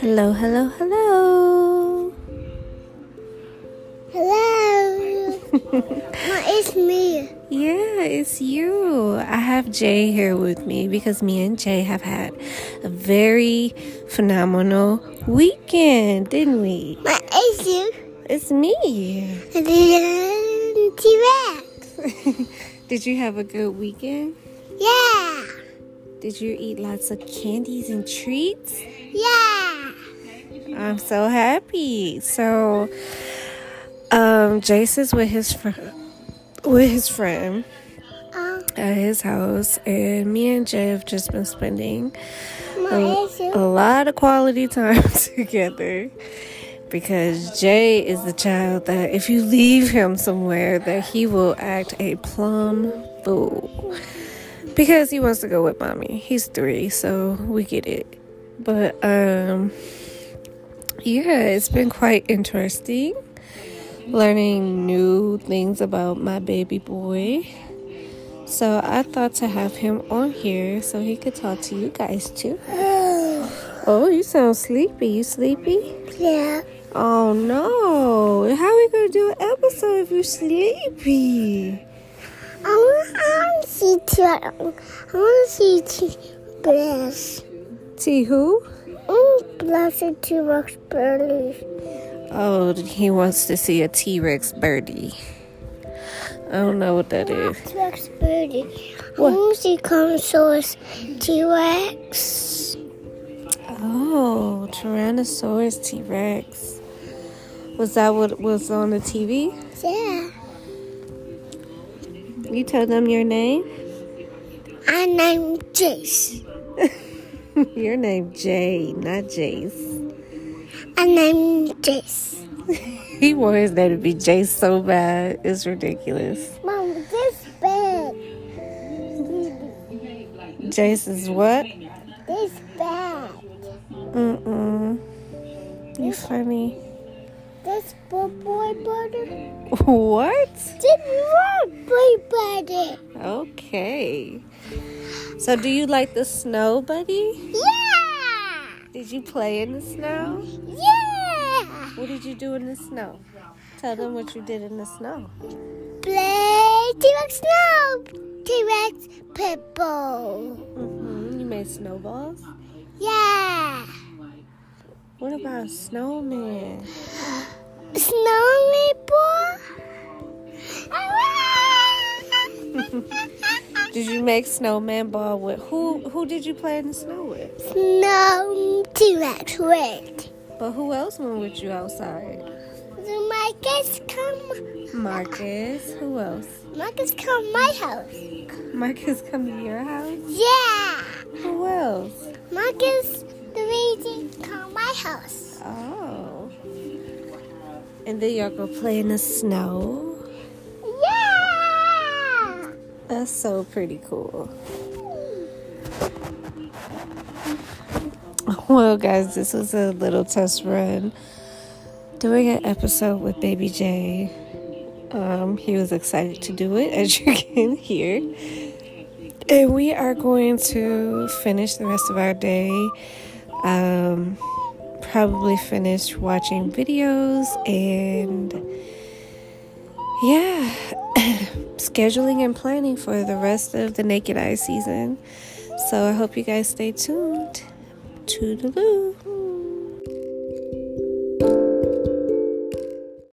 Hello, hello, hello. Hello. no, it's me. Yeah, it's you. I have Jay here with me because me and Jay have had a very phenomenal weekend, didn't we? My it's you. It's me. And then T-Rex. Did you have a good weekend? Yeah. Did you eat lots of candies and treats? Yeah. I'm so happy. So, um, Jace is with his friend, with his friend Uh, at his house, and me and Jay have just been spending my it's a you. lot of quality time together because Jay is the child that if you leave him somewhere, that he will act a plum fool because he wants to go with mommy. He's three, so we get it. But um, yeah, it's been quite interesting learning new things about my baby boy. So I thought to have him on here so he could talk to you guys too. Oh, you sound sleepy. You sleepy? Yeah. Oh no! How we gonna do an episode if you're sleepy? I want, I want to see t I want to see T-Rex. See who? Mm, blessed T-Rex Burley. Oh, he wants to see a T Rex birdie. I don't know what that is. T-Rex Burley. I want to see Comosaurus T-Rex. Oh, Tyrannosaurus T Rex. Was that what was on the TV? Yeah. You told them your name. And I'm Jace. your name Jay, not Jace. And I'm Jace. He wanted his name to be Jace so bad. It's ridiculous. Mom, this bag. Jace is what? This bag. Mm-mm. You funny. This boy butter. What? This red boy butter. Okay. So, do you like the snow, buddy? Yeah! Did you play in the snow? Yeah! What did you do in the snow? Tell them what you did in the snow. Play T-Rex Snow. T-Rex Purple. hmm You made snowballs. Yeah! What about a snowman? Snowy boy. Did you make snowman ball with who? Who did you play in the snow with? Snow T-Rex red. But who else went with you outside? So Marcus come. Marcus. Who else? Marcus come my house. Marcus come to your house. Yeah. Who else? Marcus the reason come my house. Oh. And then y'all go play in the snow. Yeah. That's so pretty cool. Well, guys, this was a little test run doing an episode with Baby J. Um, he was excited to do it, as you can hear. And we are going to finish the rest of our day. Um, probably finish watching videos and yeah, scheduling and planning for the rest of the Naked Eye season. So I hope you guys stay tuned. Toodaloo.